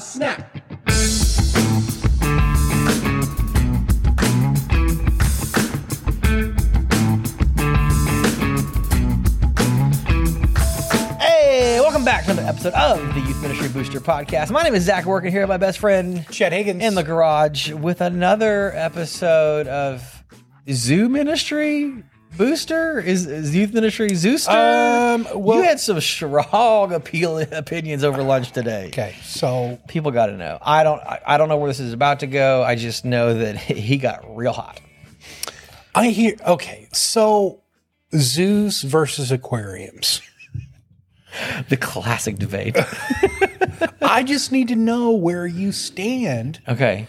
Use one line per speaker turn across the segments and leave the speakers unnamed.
snap. Hey, welcome back to another episode of the Youth Ministry Booster Podcast. My name is Zach Working here with my best friend
Chad Higgins.
in the garage with another episode of Zoo Ministry Booster. Is, is Youth Ministry Zooster?
Um, well-
you had some strong appeal opinions over lunch today.
okay, so
People got to know. I don't. I, I don't know where this is about to go. I just know that he got real hot.
I hear okay, so zoos versus aquariums.
The classic debate.
I just need to know where you stand
Okay,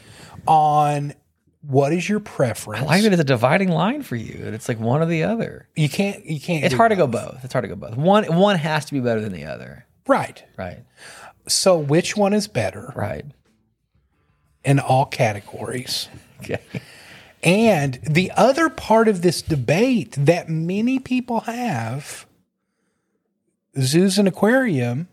on what is your preference.
I like that it's a dividing line for you. That it's like one or the other.
you can't you can't
It's
do
hard to go both. It's hard to go both. One one has to be better than the other.
right.
Right.
So which one is better
Right.
in all categories?
Okay.
And the other part of this debate that many people have zoos and aquarium,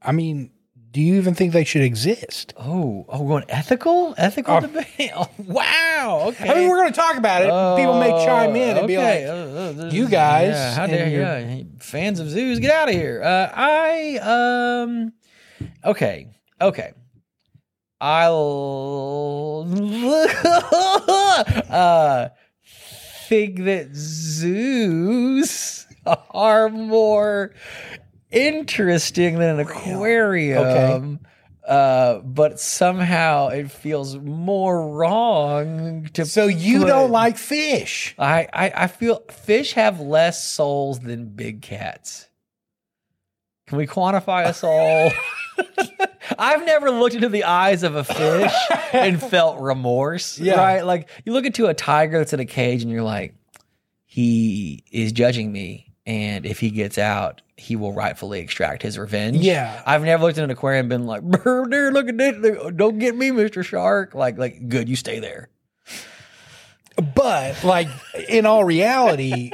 I mean, do you even think they should exist?
Oh, oh, we're going ethical, ethical
Oh.
debate. Oh, wow. Okay.
I mean, we're going to talk about it. People may chime in and be
Oh, Okay.
like,
Uh, uh, this
"You
is-
guys
yeah, how
and
dare you?
your-
Yeah, Fans of zoos, get out of here." Uh, I um, okay, okay. I'll uh, think that zoos are more interesting than an aquarium.
Okay.
Uh, but somehow it feels more wrong to.
"So you
put-
don't like fish?"
I, I I feel fish have less souls than big cats. Can we quantify a soul? I've never looked into the eyes of a fish and felt remorse.
Yeah.
Right? Like you look into a tiger that's in a cage and you're like, he is judging me. And if he gets out, he will rightfully extract his revenge.
Yeah.
I've never looked in an aquarium and been like, "Brother, look at this. Don't get me, Mr. Shark. Like, like, good, you stay there.
But like in all reality,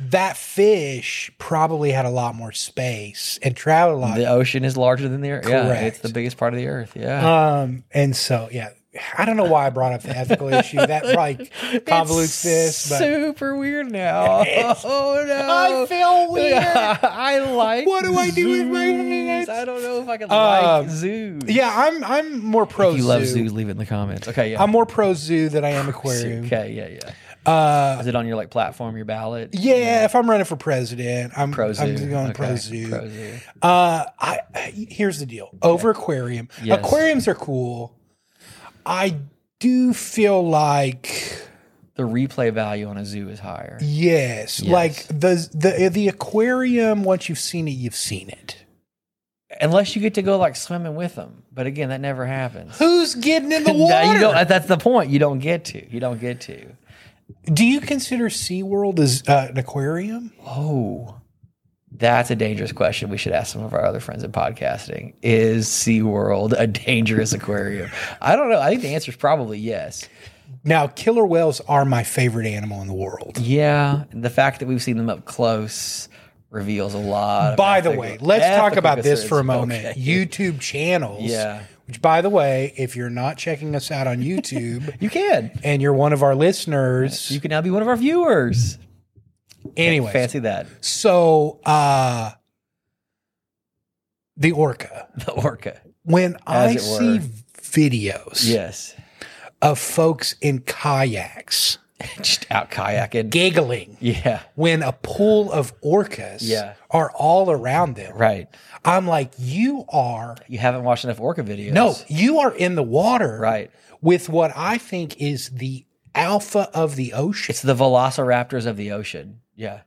that fish probably had a lot more space and traveled a lot.
The ocean is larger than the earth. Yeah, it's
Correct.
the biggest part of the earth. Yeah.
Um, and so yeah, I don't know why I brought up the ethical issue. That probably convolutes
It's
this, but
super weird now.
It's-
Oh no.
I feel weird.
Yeah, I like
What do I do with my
zoos.
hands?
I don't know if I can like
Um,
zoos.
Yeah, I'm I'm more pro
If you
zoo.
love Oh, zoos, leave it in the comments. Okay, yeah.
I'm more pro zoo than I am aquarium.
okay, yeah, yeah.
Uh,
Is it on your like platform, your ballot?
yeah, if I'm running for president, I'm
Pro zoo.
I'm going pro
Okay,
zoo.
Pro zoo.
Uh, I here's the deal. Over aquarium,
Yes.
aquariums are cool. I do feel like
The replay value on a zoo is higher.
yes, like the the the aquarium. Once you've seen it, you've seen it.
Unless you get to go like swimming with them. But again, that never happens.
Who's getting in the
No,
water?
you don't, that's the point. You don't get to. You don't get to.
do you consider SeaWorld as uh, an aquarium?
Oh, that's a dangerous question. We should ask some of our other friends in podcasting. Is SeaWorld a dangerous aquarium? I don't know. I think the answer is probably yes.
Now, killer whales are my favorite animal in the world.
Yeah. The fact that we've seen them up close reveals a lot.
By the
about
way,
ethical-
let's talk
ethical
about this for a
concerns.
moment.
Okay.
YouTube channels.
Yeah.
Which, by the way, if you're not checking us out on YouTube,
You can.
and you're one of our listeners.
You can now be one of our viewers.
Anyway,
Fancy that.
so uh the orca.
The orca.
When I
it were.
see videos
Yes.
of folks in kayaks
Just out kayaking.
giggling
Yeah.
when a pool of orcas
Yeah.
are all around them,
Right.
I'm like, you are
You haven't watched enough orca videos.
no, you are in the water
Right.
with what I think is the alpha of the ocean.
It's the velociraptors of the ocean. Yeah.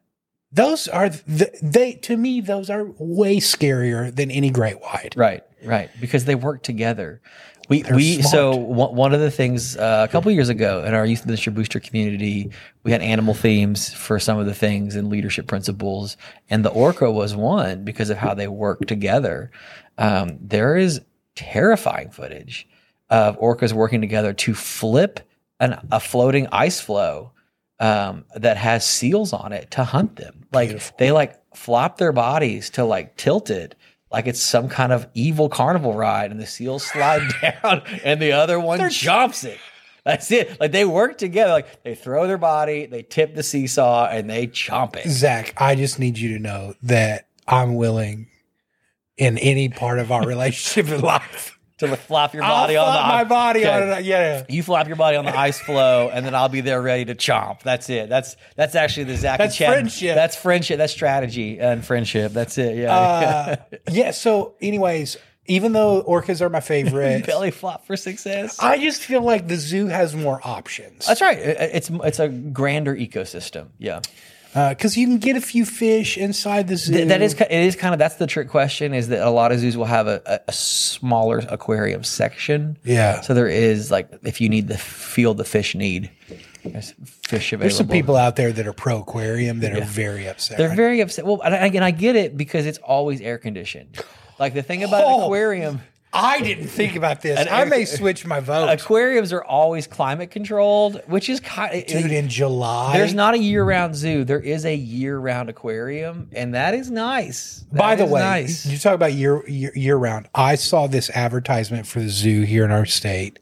Those are the, they to me those are way scarier than any great white.
Right, right, because they work together. We
They're
we
smart.
so one, one of the things uh, a couple years ago in our youth ministry booster community, we had animal themes for some of the things and leadership principles, and the orca was one because of how they work together. Um, there is terrifying footage of orcas working together to flip an, a floating ice floe um, that has seals on it to hunt them. Like
Beautiful.
they like flop their bodies to like tilt it like it's some kind of evil carnival ride, and the seals slide down, and the other one jumps it. That's it. Like they work together. Like they throw their body, they tip the seesaw, and they chomp it.
Zach, I just need you to know that I'm willing in any part of our relationship in life.
to flop your body
I'll
on the
flop my body
Okay.
on it. Yeah,
You flop your body on the ice floe, and then I'll be there ready to chomp. That's it. That's that's actually the Zach and
That's
Chad.
friendship.
That's friendship. That's strategy and friendship. That's it. Yeah.
uh, yeah. So, anyways, even though orcas are my favorite,
Belly flop for success.
I just feel like the zoo has more options
That's right. It- It's it's a grander ecosystem. Yeah.
because uh, you can get a few fish inside the zoo.
Th- that is ki- it is kind of that's the trick question is that a lot of zoos will have a, a, a smaller aquarium section.
Yeah.
So there is like if you need the feel the fish need, there's fish available.
There's some people out there that are pro aquarium that are very upset.
They're
right
very upset. Well, and I, and I get it because it's always air conditioned. Like the thing about an
Oh.
aquarium,
I didn't think about this.
And
I may
air-
switch my vote.
aquariums are always climate controlled, which is kind.
Dude, in July.
there's not a year round zoo. There is a year round aquarium, and that is nice. That
By the
is
way,
nice.
you talk about year, year year round. I saw this advertisement for the zoo here in our state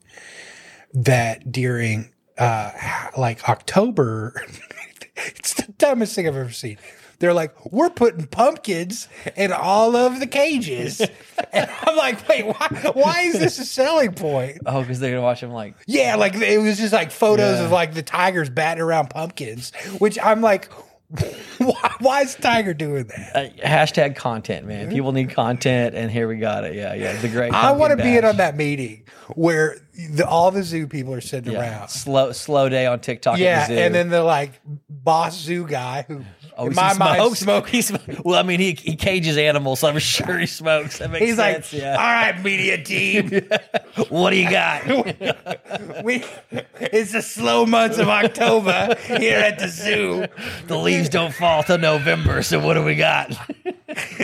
that during uh like October, it's the dumbest thing I've ever seen. They're like, we're putting pumpkins in all of the cages, and I'm like, wait, why, why is this a selling point?
Oh, because they're gonna watch them like
Yeah, like it was just like photos
Yeah.
of like the tigers batting around pumpkins, which I'm like, why, why is tiger doing that?
uh, hashtag content, man. People need content, and here we got it. Yeah, yeah. The great.
I want to be in on
that.
that meeting where the, all the zoo people are sitting around.
Slow, slow day on TikTok.
Yeah,
at the zoo.
and then the like boss zoo guy who,
Oh,
in
he
my mind,
smokes.
smokes.
He sm- well, I mean, he, he cages animals, so I'm sure he smokes. That makes
He's like, "Ah."
sense.
all
yeah.
right, media team,
What do you got?
we, it's the slow months of October here at the zoo.
the leaves don't fall till November, so what do we got?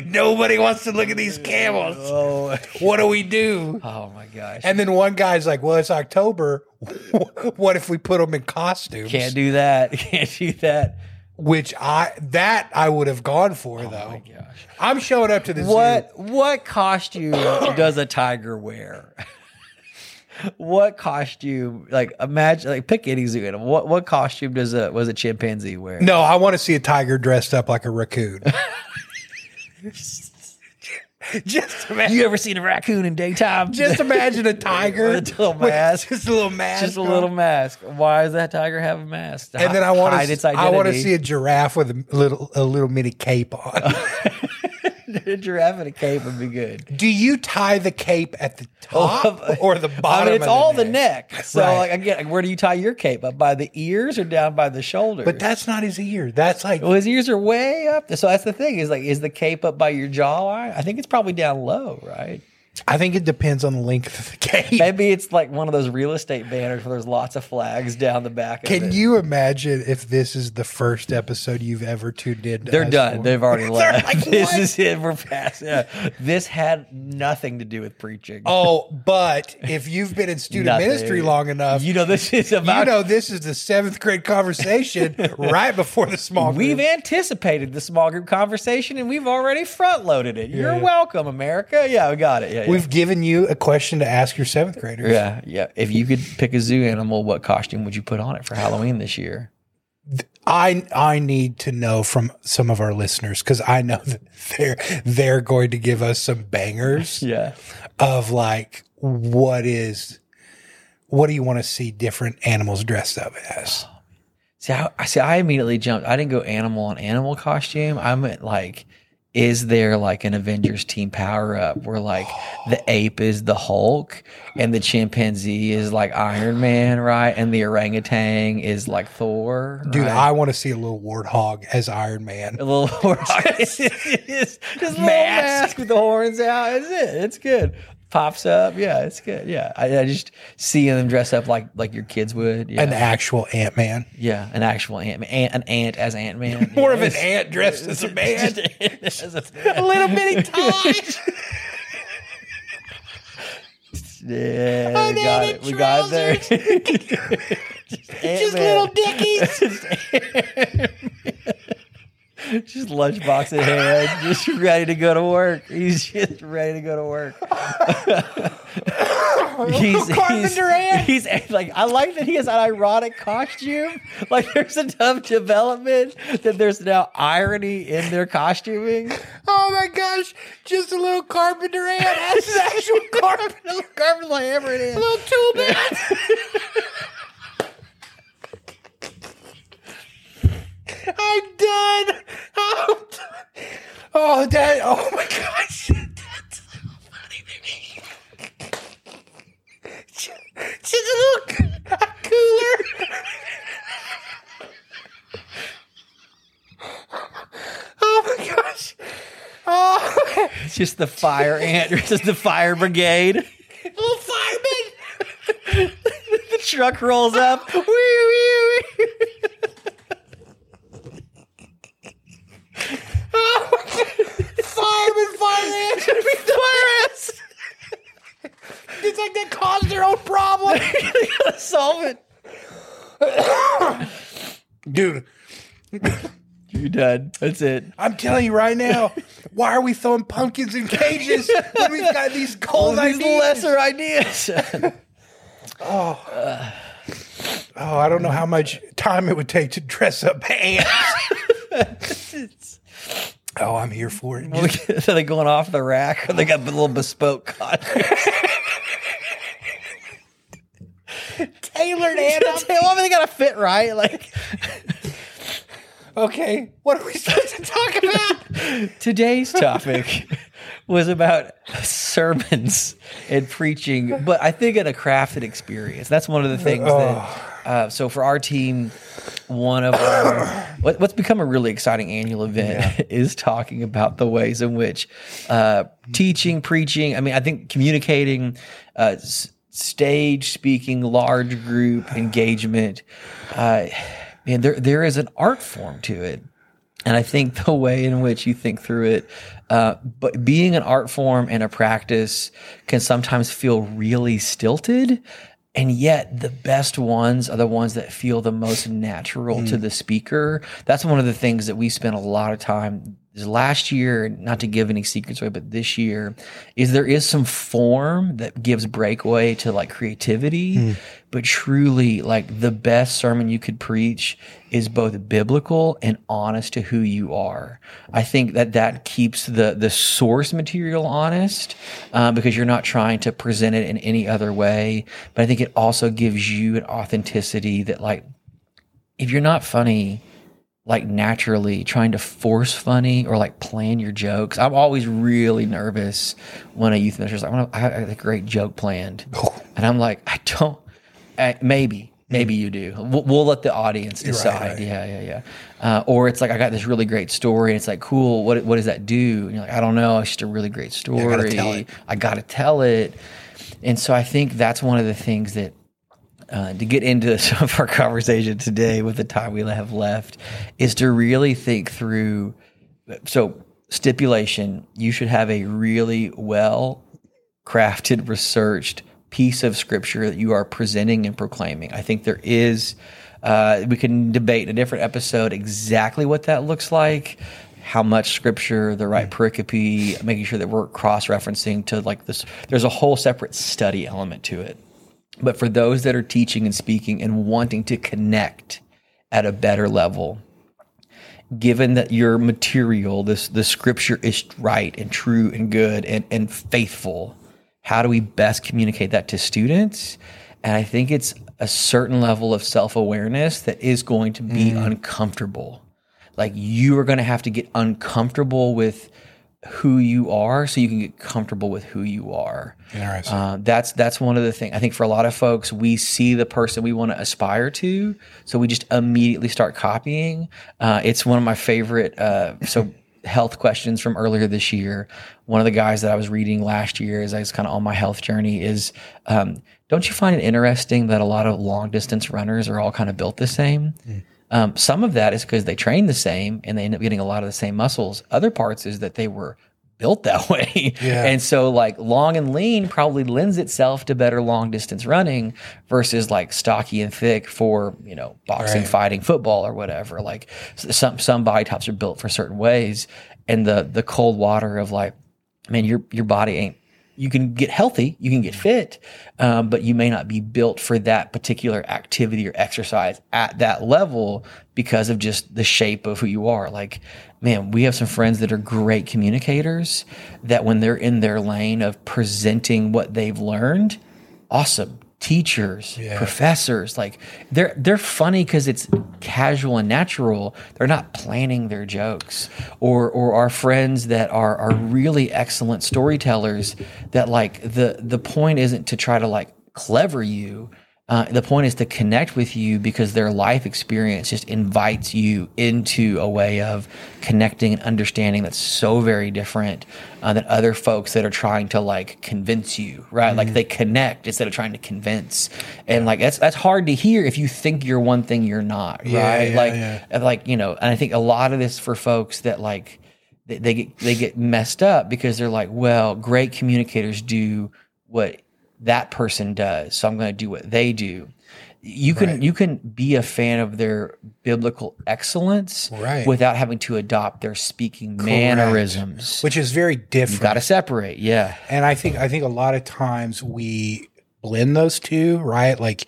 Nobody wants to look at these camels.
oh,
What do we do?
oh my gosh.
And then one guy's like, well, it's October. what if we put them in costumes?
Can't do that. Can't do that.
Which I that I would have gone for though.
Gosh.
I'm showing up to the zoo.
Oh, What what costume does a tiger wear? what costume? Like imagine, like pick any zoo animal. What what costume does a was a chimpanzee wear?
No, I want to see a tiger dressed up like a raccoon. just imagine,
You ever seen a raccoon in daytime?
just imagine a tiger
With a little
with
mask.
just a little mask,
just a
on.
little mask. Why does that tiger have a mask? To
And then I
hi-
want
hide its
to, I want to
identity?
see a giraffe with a little, a little mini cape on.
a giraffe in a cape would be good.
Do you tie the cape at the top or the
Oh, I
bottom?
mean, it's
of
all the neck. So,
Right.
like again, like, where do you tie your cape up? By the ears or down by the shoulders?
But that's not his ear. That's like
well, his ears are way up. So that's the thing is like, is the cape up by your jawline? I think it's probably down low, right?
I think it depends on the length of the cape.
Maybe it's like one of those real estate banners where there's lots of flags down the back. of
Can
it.
you imagine if this is the first episode you've ever tuned in? to
They're
us
done.
for?
They've already left.
like,
this
"What?"
is it. We're past. Yeah. This had nothing to do with preaching.
Oh, but if you've been in student
Nothing.
ministry long enough,
You know, this is about.
you know this is the seventh grade conversation right before the small group.
we've anticipated the small group conversation and we've already front loaded it. You're
yeah.
welcome, America. Yeah, we got it. Yeah, yeah.
We've given you a question to ask your seventh graders.
yeah, yeah. If you could pick a zoo animal, what costume would you put on it for Halloween this year?
I I need to know from some of our listeners because I know that they're they're going to give us some bangers
Yeah.
of like what is what do you want to see different animals dressed up as?
See, I, I- see, I immediately jumped. I didn't go animal on animal costume. I meant like, is there like an Avengers team power up where like the ape is the Hulk and the chimpanzee is like Iron Man, right? And the orangutan is like Thor.
Dude,
right?
I want to see a little warthog as Iron Man.
A little horse. Just, just little mask with the horns out. That's it. It's good. Pops up. Yeah, it's good. Yeah. I, I just seeing them dress up like like your kids would. Yeah.
An actual Ant Man.
yeah. An actual ant, man, an ant as Ant Man.
More of an ant dressed as a man.
a
little bitty tie.
Yeah,
then
we got
in
it. We got there. just Ant-Man.
dickies.
Just lunchbox in hand, just ready to go to work. He's just ready to go to work. he's, he's,
Durant.
he's like, I like that he has an ironic costume. Like, there's enough development that there's now irony in their costuming.
Oh my gosh, just a little Carpenter ant has an actual carpet,
Carpet like ever it is.
little tool bit. I'm done. I'm done. Oh, that. Oh my gosh, that's so funny to me. Just, just a little c- cooler. Oh my gosh. Oh.
It's just the fire ant. It's just the fire brigade.
little fireman.
The truck rolls up. Wee, wee, wee.
Fireman, fireman.
Fire ants.
It's like they caused their own problem.
They gotta solve it.
Dude,
You're done. That's it.
I'm telling you right now, why are we throwing pumpkins in cages when we've got these
All
cold
these
ideas?
lesser ideas.
Oh, I don't know how much time it would take to dress up ants. oh, I'm here for it. Just-
Are they going off the rack? Or they got a little bespoke costumes.
tailored
I mean, they gotta fit right. Like
Okay, what are we supposed to talk about?
today's topic was about sermons and preaching, but I think in a crafted experience. That's one of the things that. Uh, so for our team, one of our what, what's become a really exciting annual event is talking about the ways in which uh, teaching, preaching. I mean, I think communicating. Uh, s- Stage speaking, large group engagement, uh, man, there there is an art form to it and I think the way in which you think through it, uh, but being an art form and a practice can sometimes feel really stilted. And yet, the best ones are the ones that feel the most natural to the speaker. That's one of the things that we spent a lot of time is last year, not to give any secrets away, but this year is there is some form that gives breakaway to like creativity, but truly like the best sermon you could preach is both biblical and honest to who you are. I think that that keeps the the source material honest uh, because you're not trying to present it in any other way. But I think it also gives you an authenticity that like if you're not funny like naturally trying to force funny or like plan your jokes. I'm always really nervous when a youth minister's like, I, wanna, I have a great joke planned. And I'm like, I don't, I, maybe, maybe you do. We'll, we'll let the audience decide.
right.
Yeah, yeah, yeah. Uh, or it's like, I got this really great story. And it's like, cool. What, what does that do? And you're like, I don't know. It's just a really great story.
gotta tell it.
I got to tell it. And so I think that's one of the things that uh, to get into some of our conversation today with the time we have left is to really think through. So, stipulation you should have a really well crafted, researched piece of scripture that you are presenting and proclaiming. I think there is, uh, we can debate in a different episode exactly what that looks like. How much scripture, the right pericope, making sure that we're cross referencing to like this. There's a whole separate study element to it. But for those that are teaching and speaking and wanting to connect at a better level, given that your material, this the scripture is right and true and good and, and faithful, how do we best communicate that to students? And I think it's a certain level of self-awareness that is going to be uncomfortable. Like you are going to have to get uncomfortable with who you are so you can get comfortable with who you are.
Interesting.
Uh, that's that's one of the things. I think for a lot of folks, we see the person we want to aspire to, so we just immediately start copying. Uh, it's one of my favorite. Uh, so health questions from earlier this year. One of the guys that I was reading last year, as I was kind of on my health journey, is um, don't you find it interesting that a lot of long distance runners are all kind of built the same? Um, some of that is because they train the same and they end up getting a lot of the same muscles. Other parts is that they were built that way.
Yeah.
And so like long and lean probably lends itself to better long distance running versus like stocky and thick for, you know, boxing,
Right.
fighting, football or whatever. Like s- some some body types are built for certain ways and the the cold water of like man your your body ain't you can get healthy, you can get fit, um, but you may not be built for that particular activity or exercise at that level because of just the shape of who you are. Like, man, we have some friends that are great communicators that when they're in their lane of presenting what they've learned, awesome teachers, professors, like they're they're funny because it's casual and natural. They're not planning their jokes, or or our friends that are are really excellent storytellers. That like the the point isn't to try to like clever you. Uh, the point is to connect with you because their life experience just invites you into a way of connecting and understanding that's so very different uh, than other folks that are trying to like convince you, right?
Mm-hmm.
Like they connect instead of trying to convince, and like that's that's hard to hear if you think you're one thing you're not, right?
yeah,
like
yeah.
and, like you know and i think a lot of this for folks that like they, they get they get messed up because they're like well great communicators do what that person does so i'm going to do what they do you can you can be a fan of their biblical excellence
Right.
without having to adopt their speaking mannerisms
which is very different.
got to separate yeah
and I think I think a lot of times we blend those two, right? Like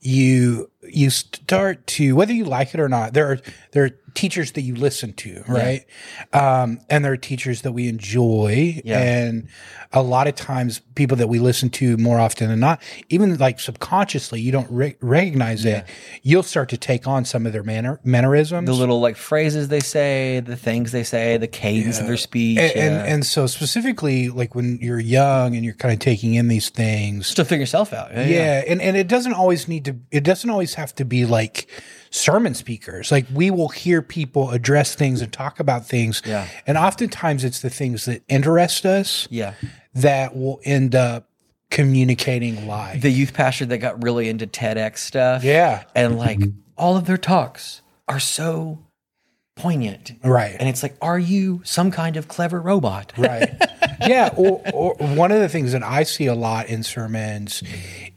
you you start to whether you like it or not, there are there are teachers that you listen to, right? Um, and there are teachers that we enjoy,
Yeah.
and a lot of times people that we listen to more often than not, even like subconsciously, you don't re- recognize it. You'll start to take on some of their manner mannerisms.
the little like phrases they say the things they say the cadence of their speech
and,
yeah.
and and so specifically like when you're young and you're kind of taking in these things
still figure yourself out yeah,
yeah and and it doesn't always need to it doesn't always have to be like sermon speakers like we will hear people address things and talk about things
Yeah.
and oftentimes it's the things that interest us
yeah.
that will end up communicating live
the youth pastor that got really into TEDx stuff.
Yeah.
And like all of their talks are so poignant.
Right.
And it's like, are you some kind of clever robot?
right yeah or, or one of the things that i see a lot in sermons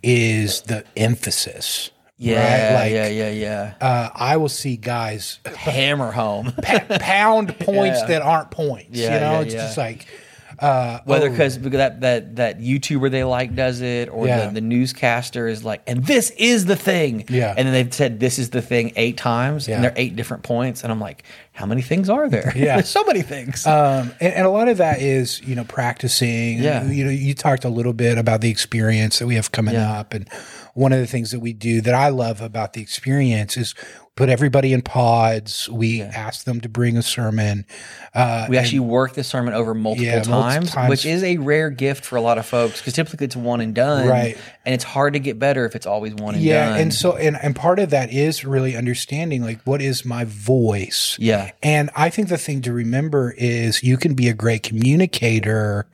is the emphasis
Yeah.
right? like
yeah. Yeah. Yeah.
Uh, i will see guys
Hammer home.
pa- pound points that aren't points.
Yeah,
you know,
yeah,
it's
yeah.
just like
Whether
oh.
because that, that that YouTuber they like does it, or
Yeah.
the, the newscaster is like, and this is the thing.
Yeah.
And then they've said this is the thing eight times,
Yeah.
and they're eight different points. And I'm like, how many things are there?
Yeah.
There's so many things.
um, and, and a lot of that is you know practicing.
Yeah.
you know, you talked a little bit about the experience that we have coming
Yeah.
up, and one of the things that we do that I love about the experience is put everybody in pods. We ask them to bring a sermon. Uh,
We actually work the sermon over multiple,
Yeah, multiple
times,
times.
which is a rare gift for a lot of folks because typically it's one and done,
Right.
And it's hard to get better if it's always one and
yeah,
done.
and so and and part of that is really understanding like what is my voice.
yeah,
And I think the thing to remember is you can be a great communicator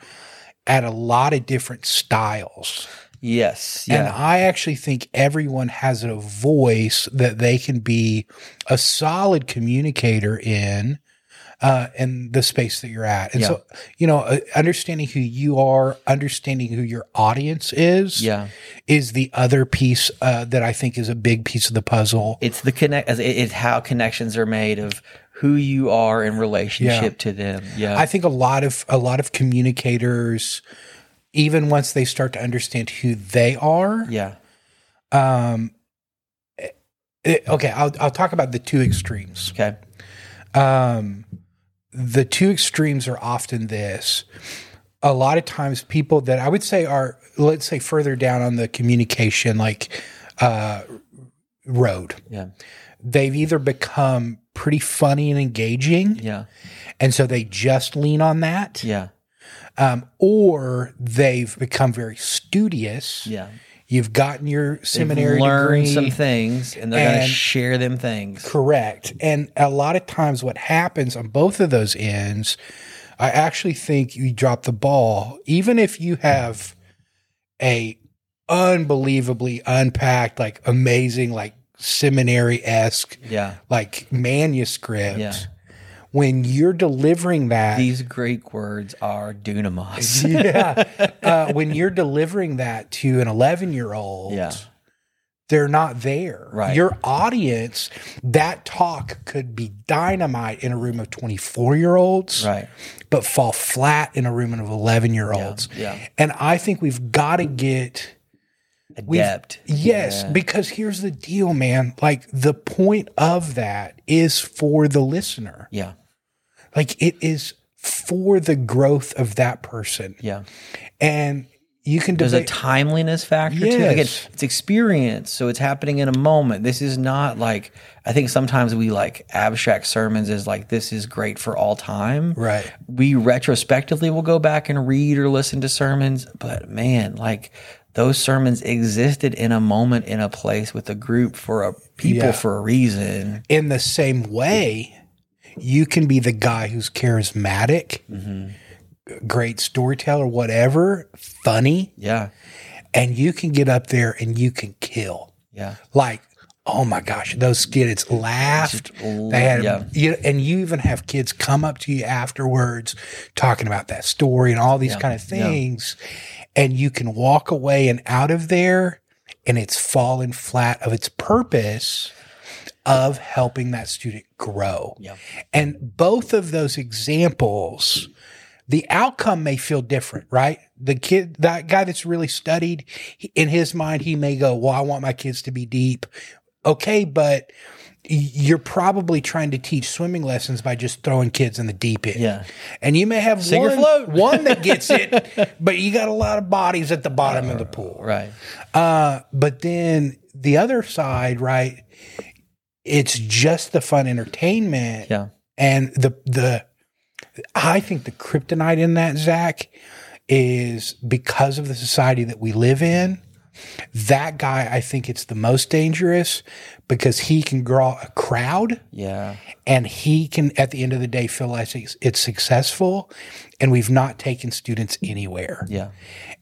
at a lot of different styles.
yes,
And
yeah,
I actually think everyone has a voice that they can be a solid communicator in. Uh, in the space that you're at, and
Yeah.
so you know, uh, understanding who you are, understanding who your audience is,
yeah.
is the other piece uh, that I think is a big piece of the puzzle.
It's the connect. as- it- It's how connections are made of who you are in relationship to them. Yeah,
I think a lot of a lot of communicators, even once they start to understand who they are,
yeah,
um, it- okay, I'll I'll talk about the two extremes.
okay,
Um, the two extremes are often this. A lot of times, people that I would say are let's say further down on the communication like uh, road,
yeah,
they've either become pretty funny and engaging,
yeah,
and so they just lean on that.
yeah,
um, or they've become very studious.
yeah.
You've gotten your seminary
Learn
degree,
some things, and they're gonna
and-
share them things.
correct. And a lot of times, what happens on both of those ends, I actually think you drop the ball, even if you have a unbelievably unpacked, like amazing, like seminary esque,
Yeah,
like manuscript.
Yeah.
when you're delivering that
These Greek words are dunamos.
yeah. Uh, when you're delivering that to an 11 year old,
Yeah.
they're not there.
Right.
Your audience, that talk could be dynamite in a room of 24 year olds,
right.
but fall flat in a room of 11 year olds.
Yeah.
And I think we've got to get.
Adept.
Yes,
Yeah.
because here's the deal, man. Like the point of that is for the listener.
Yeah.
Like it is for the growth of that person.
Yeah.
And you can
There's a
debate.
timeliness factor too. Again,
Yes.
it's experience, so it's happening in a moment. This is not like I think sometimes we like abstract sermons as like this is great for all time.
Right.
We retrospectively will go back and read or listen to sermons, but man, like those sermons existed in a moment in a place with a group for a people
Yeah.
for a reason.
in the same way, you can be the guy who's charismatic, great storyteller, whatever, funny,
Yeah.
and you can get up there and you can kill.
Yeah.
Like, oh my gosh, those kids laughed.
l-
They had,
yeah.
you, and you even have kids come up to you afterwards talking about that story and all these kind of
yeah.
things. And you can walk away and out of there, and it's fallen flat of its purpose of helping that student grow.
Yeah.
And both of those examples, the outcome may feel different, right? The kid, that guy that's really studied, he- in his mind, he may go, Well, I want my kids to be deep. Okay, but y- you're probably trying to teach swimming lessons by just throwing kids in the deep end.
Yeah.
And you may have
Sink or
one,
float.
one that gets it, but you got a lot of bodies at the bottom of the pool.
Right.
Uh, but then the other side, right? It's just the fun entertainment
Yeah.
and the the I think the kryptonite in that Zach is because of the society that we live in. That guy, I think it's the most dangerous because he can draw a crowd
Yeah.
and he can, at the end of the day, feel like it's, it's successful. And we've not taken students anywhere.
Yeah.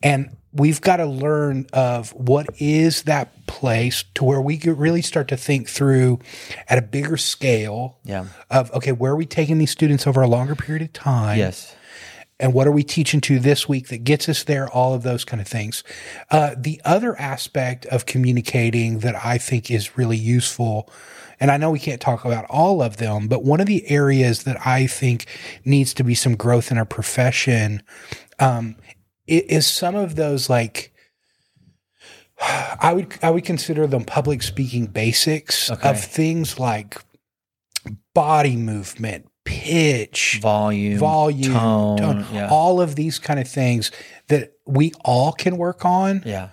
And we've got to learn of what is that place to where we could really start to think through at a bigger scale
Yeah.
of okay, where are we taking these students over a longer period of time?
Yes.
And what are we teaching to this week that gets us there? All of those kind of things. Uh, the other aspect of communicating that I think is really useful, and I know we can't talk about all of them, but one of the areas that I think needs to be some growth in our profession um, i- is some of those like I would I would consider them public speaking basics
Okay.
of things like body movement, pitch,
Volume.
volume,
Tone.
tone,
yeah.
all of these kind of things that we all can work on
yeah.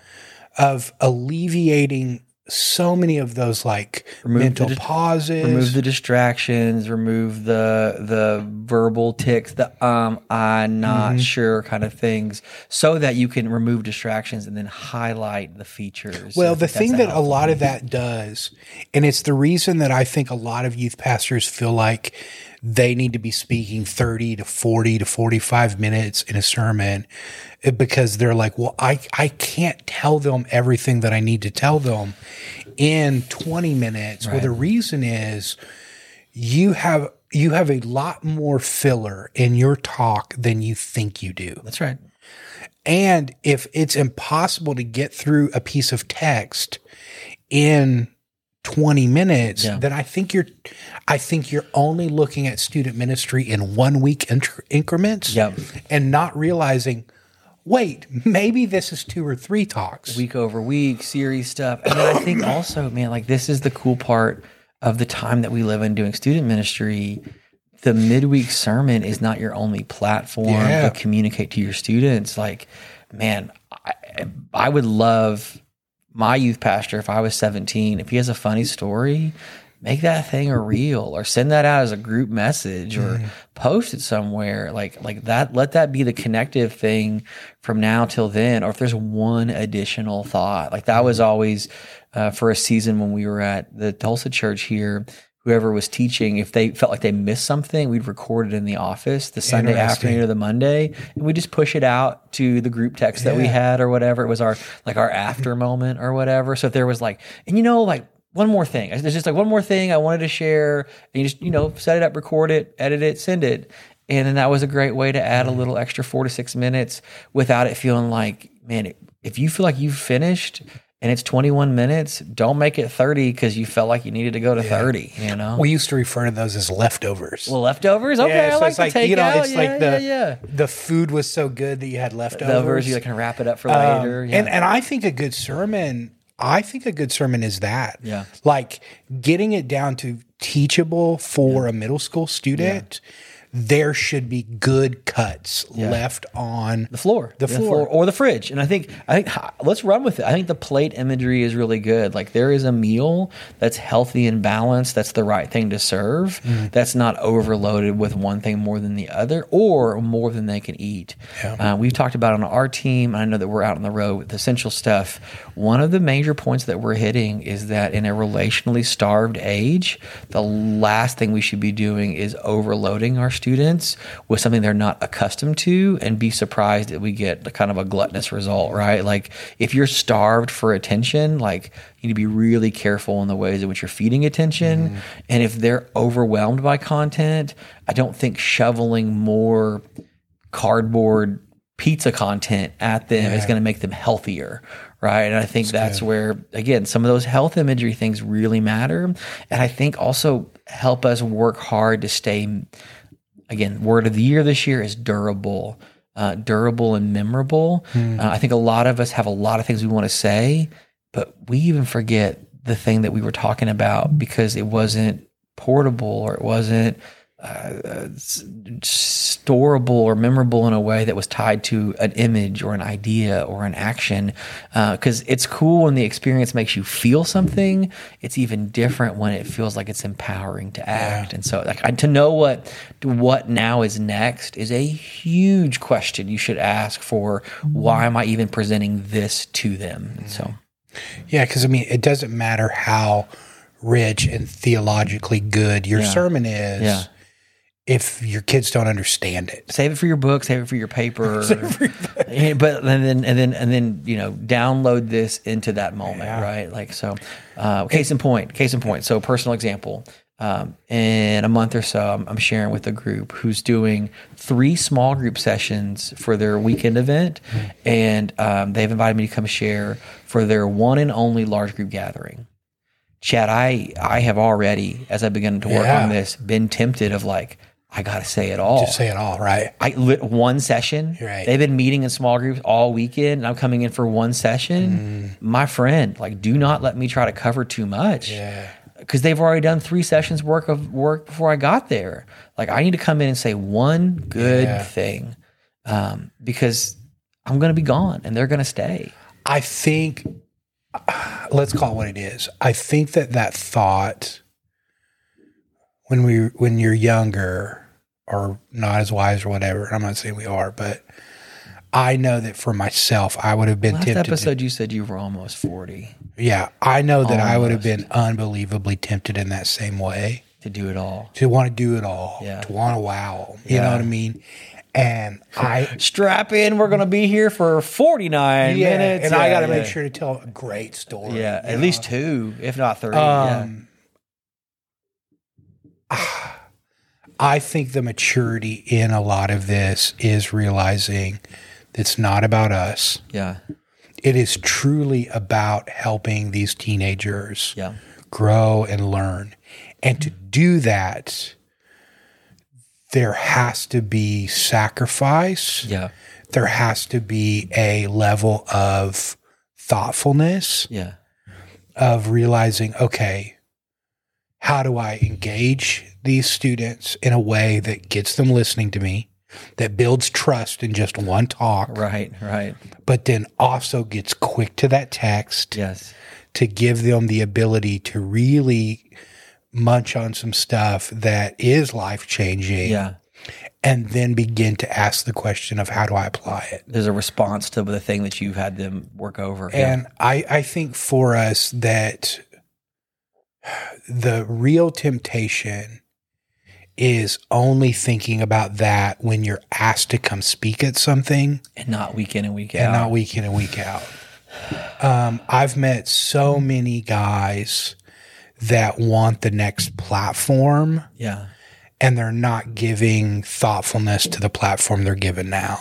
of alleviating so many of those like
Remove the
mental
dis-
pauses.
remove the distractions remove the the verbal ticks the um i not
Mm-hmm.
sure kind of things so that you can remove distractions and then highlight the features
well,
I
the
think that's
thing that a
helpful-
lot of that does, and it's the reason that I think a lot of youth pastors feel like they need to be speaking 30 to 40 to 45 minutes in a sermon eh, because they're like, well, I, I can't tell them everything that I need to tell them in 20 minutes. Well, the reason is you have you have a lot more filler in your talk than you think you do.
that's right
And if it's impossible to get through a piece of text in 20 minutes,
Yeah.
then I think you're I think you're only looking at student ministry in one week inc- increments
Yep.
and not realizing wait, maybe this is two or three talks.
week over week series stuff and then i think also man like this is the cool part of the time that we live in doing student ministry the midweek sermon is not your only platform
Yeah.
to communicate to your students like man i, I would love my youth pastor if i was 17 if he has a funny story make that thing a reel or send that out as a group message or post it somewhere like like that let that be the connective thing from now till then or if there's one additional thought like that was always uh, for a season when we were at the tulsa church here whoever was teaching if they felt like they missed something we'd record it in the office the sunday
Interesting.
afternoon or the monday and we just push it out to the group text that we
Yeah.
had or whatever it was our like our after moment or whatever so if there was like and you know like one more thing. There's just like one more thing I wanted to share. And you just, you know, set it up, record it, edit it, send it. And then that was a great way to add a little extra four to six minutes without it feeling like, man, if you feel like you've finished and it's 21 minutes, don't make it 30 because you felt like you needed to go to 30, you know?
We used to refer to those as leftovers.
Well, leftovers? Okay, I like
it's
to take
you know,
out.
it's
yeah,
like the
yeah, yeah.
the food was so good that you had leftovers.
Leftovers, you like, can wrap it up for
Um,
later. Yeah.
And and I think a good sermon, I think a good sermon is that.
Yeah.
Like getting it down to teachable for a middle school student, there should be good cuts left on
the floor,
The
Yeah,
floor.
or the fridge. And I think I think let's run with it. I think the plate imagery is really good. Like there is a meal that's healthy and balanced. That's the right thing to serve.
Mm-hmm.
That's not overloaded with one thing more than the other, or more than they can eat. Uh, we've talked about on our team. and I know that we're out on the road with essential stuff. One of the major points that we're hitting is that in a relationally starved age, the last thing we should be doing is overloading our students with something they're not accustomed to and be surprised that we get the kind of a gluttonous result, right? Like if you're starved for attention, like you need to be really careful in the ways in which you're feeding attention. And if they're overwhelmed by content, I don't think shoveling more cardboard pizza content at them is going to make them healthier right and i think that's where again some of those health imagery things really matter and i think also help us work hard to stay again, word of the year this year is durable, uh, durable and memorable. Uh, I think a lot of us have a lot of things we want to say, but we even forget the thing that we were talking about because it wasn't portable or it wasn't uh, uh, s- storable or memorable in a way that was tied to an image or an idea or an action. Because it's cool when the experience makes you feel something. It's even different when it feels like it's empowering to act. And so, like I- to know what to what now is next is a huge question you should ask for. Why am I even presenting this to them? And so,
Yeah, because I mean, it doesn't matter how rich and theologically good your sermon is
Yeah.
if your kids don't understand it.
save it for your book, save it for your paper. And- but and then and then and then you know download this into that moment, right? Like so. Uh, case in point. Case in point. So personal example. Um, in a month or so, I'm, I'm sharing with a group who's doing three small group sessions for their weekend event, and um, they've invited me to come share for their one and only large group gathering. Chad, I I have already, as I began to work
Yeah.
on this, been tempted of like I gotta say it all.
Say it all, right?
I lit one session.
Right.
They've been meeting in small groups all weekend, and I'm coming in for one
Mm.
session. My friend, like, do not let me try to cover too much.
Yeah.
Because they've already done three sessions work of work before I got there. Like, I need to come in and say one good
Yeah.
thing, um, because I'm going to be gone and they're going to stay.
I think, let's call it what it is. I think that that thought, when we when you're younger or not as wise or whatever, and I'm not saying we are, but I know that for myself, I would have been
Last
tempted.
episode, you said you were almost forty
To, yeah, I know that I would have been unbelievably tempted in that same way.
to do it all.
to want to do it all,
Yeah.
to want to wow 'em, You know what I mean? And I,
Strap in. We're going to be here for 49
yeah,
minutes,
and I
Yeah,
got to
yeah.
make sure to tell a great story.
Yeah,
you
at
know?
least two, if not three. yeah.
Um, I think the maturity in a lot of this is realizing it's not about us.
Yeah.
It is truly about helping these teenagers
Yeah.
grow and learn. And to do that, there has to be sacrifice.
Yeah.
there has to be a level of thoughtfulness
Yeah.
of realizing okay how do i engage these students in a way that gets them listening to me that builds trust in just one talk
Right. Right.
but then also gets quick to that text
Yes.
to give them the ability to really munch on some stuff that is life changing
Yeah.
and then begin to ask the question of how do i apply it
There's a response to the thing that you've had them work over. Yeah.
And I, I think for us that the real temptation is only thinking about that when you're asked to come speak at something
And not week in and week
and
out.
not week in and week out. Um, I've met so many guys that want the next platform
Yeah.
and they're not giving thoughtfulness to the platform they're given now.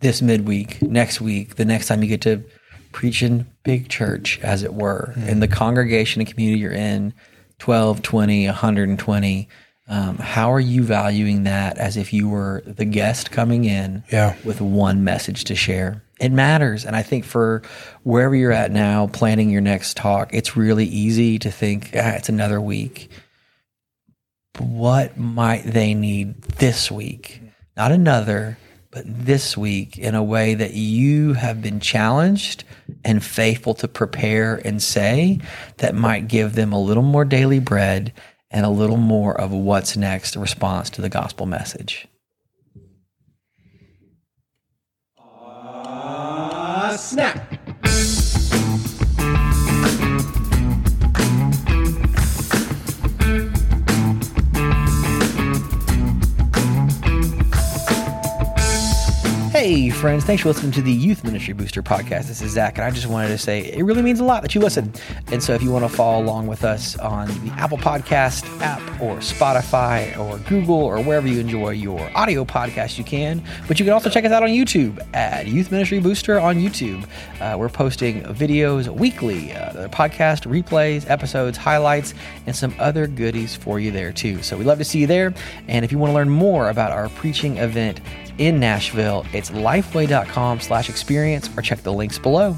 This midweek, next week, the next time you get to preach in big church, as it were,
Hmm.
in the congregation and community you're in 12, 20, 120. Um, how are you valuing that as if you were the guest coming in?
Yeah.
with one message to share. It matters. And I think for wherever you're at now, planning your next talk, it's really easy to think, ah, it's another week. What might they need this week? Not another, but this week in a way that you have been challenged and faithful to prepare and say that might give them a little more daily bread and a little more of what's next response to the gospel message. Hey, friends, thanks for listening to the Youth Ministry Booster podcast. This is Zach, and I just wanted to say it really means a lot that you listen. And so, if you want to follow along with us on the Apple Podcast app or Spotify or Google or wherever you enjoy your audio podcast, you can. But you can also check us out on YouTube at Youth Ministry Booster on YouTube. Uh, we're posting videos weekly, uh, the podcast replays, episodes, highlights, and some other goodies for you there, too. So, we'd love to see you there. And if you want to learn more about our preaching event, in Nashville. It's lifeway.com slash experience or check the links below.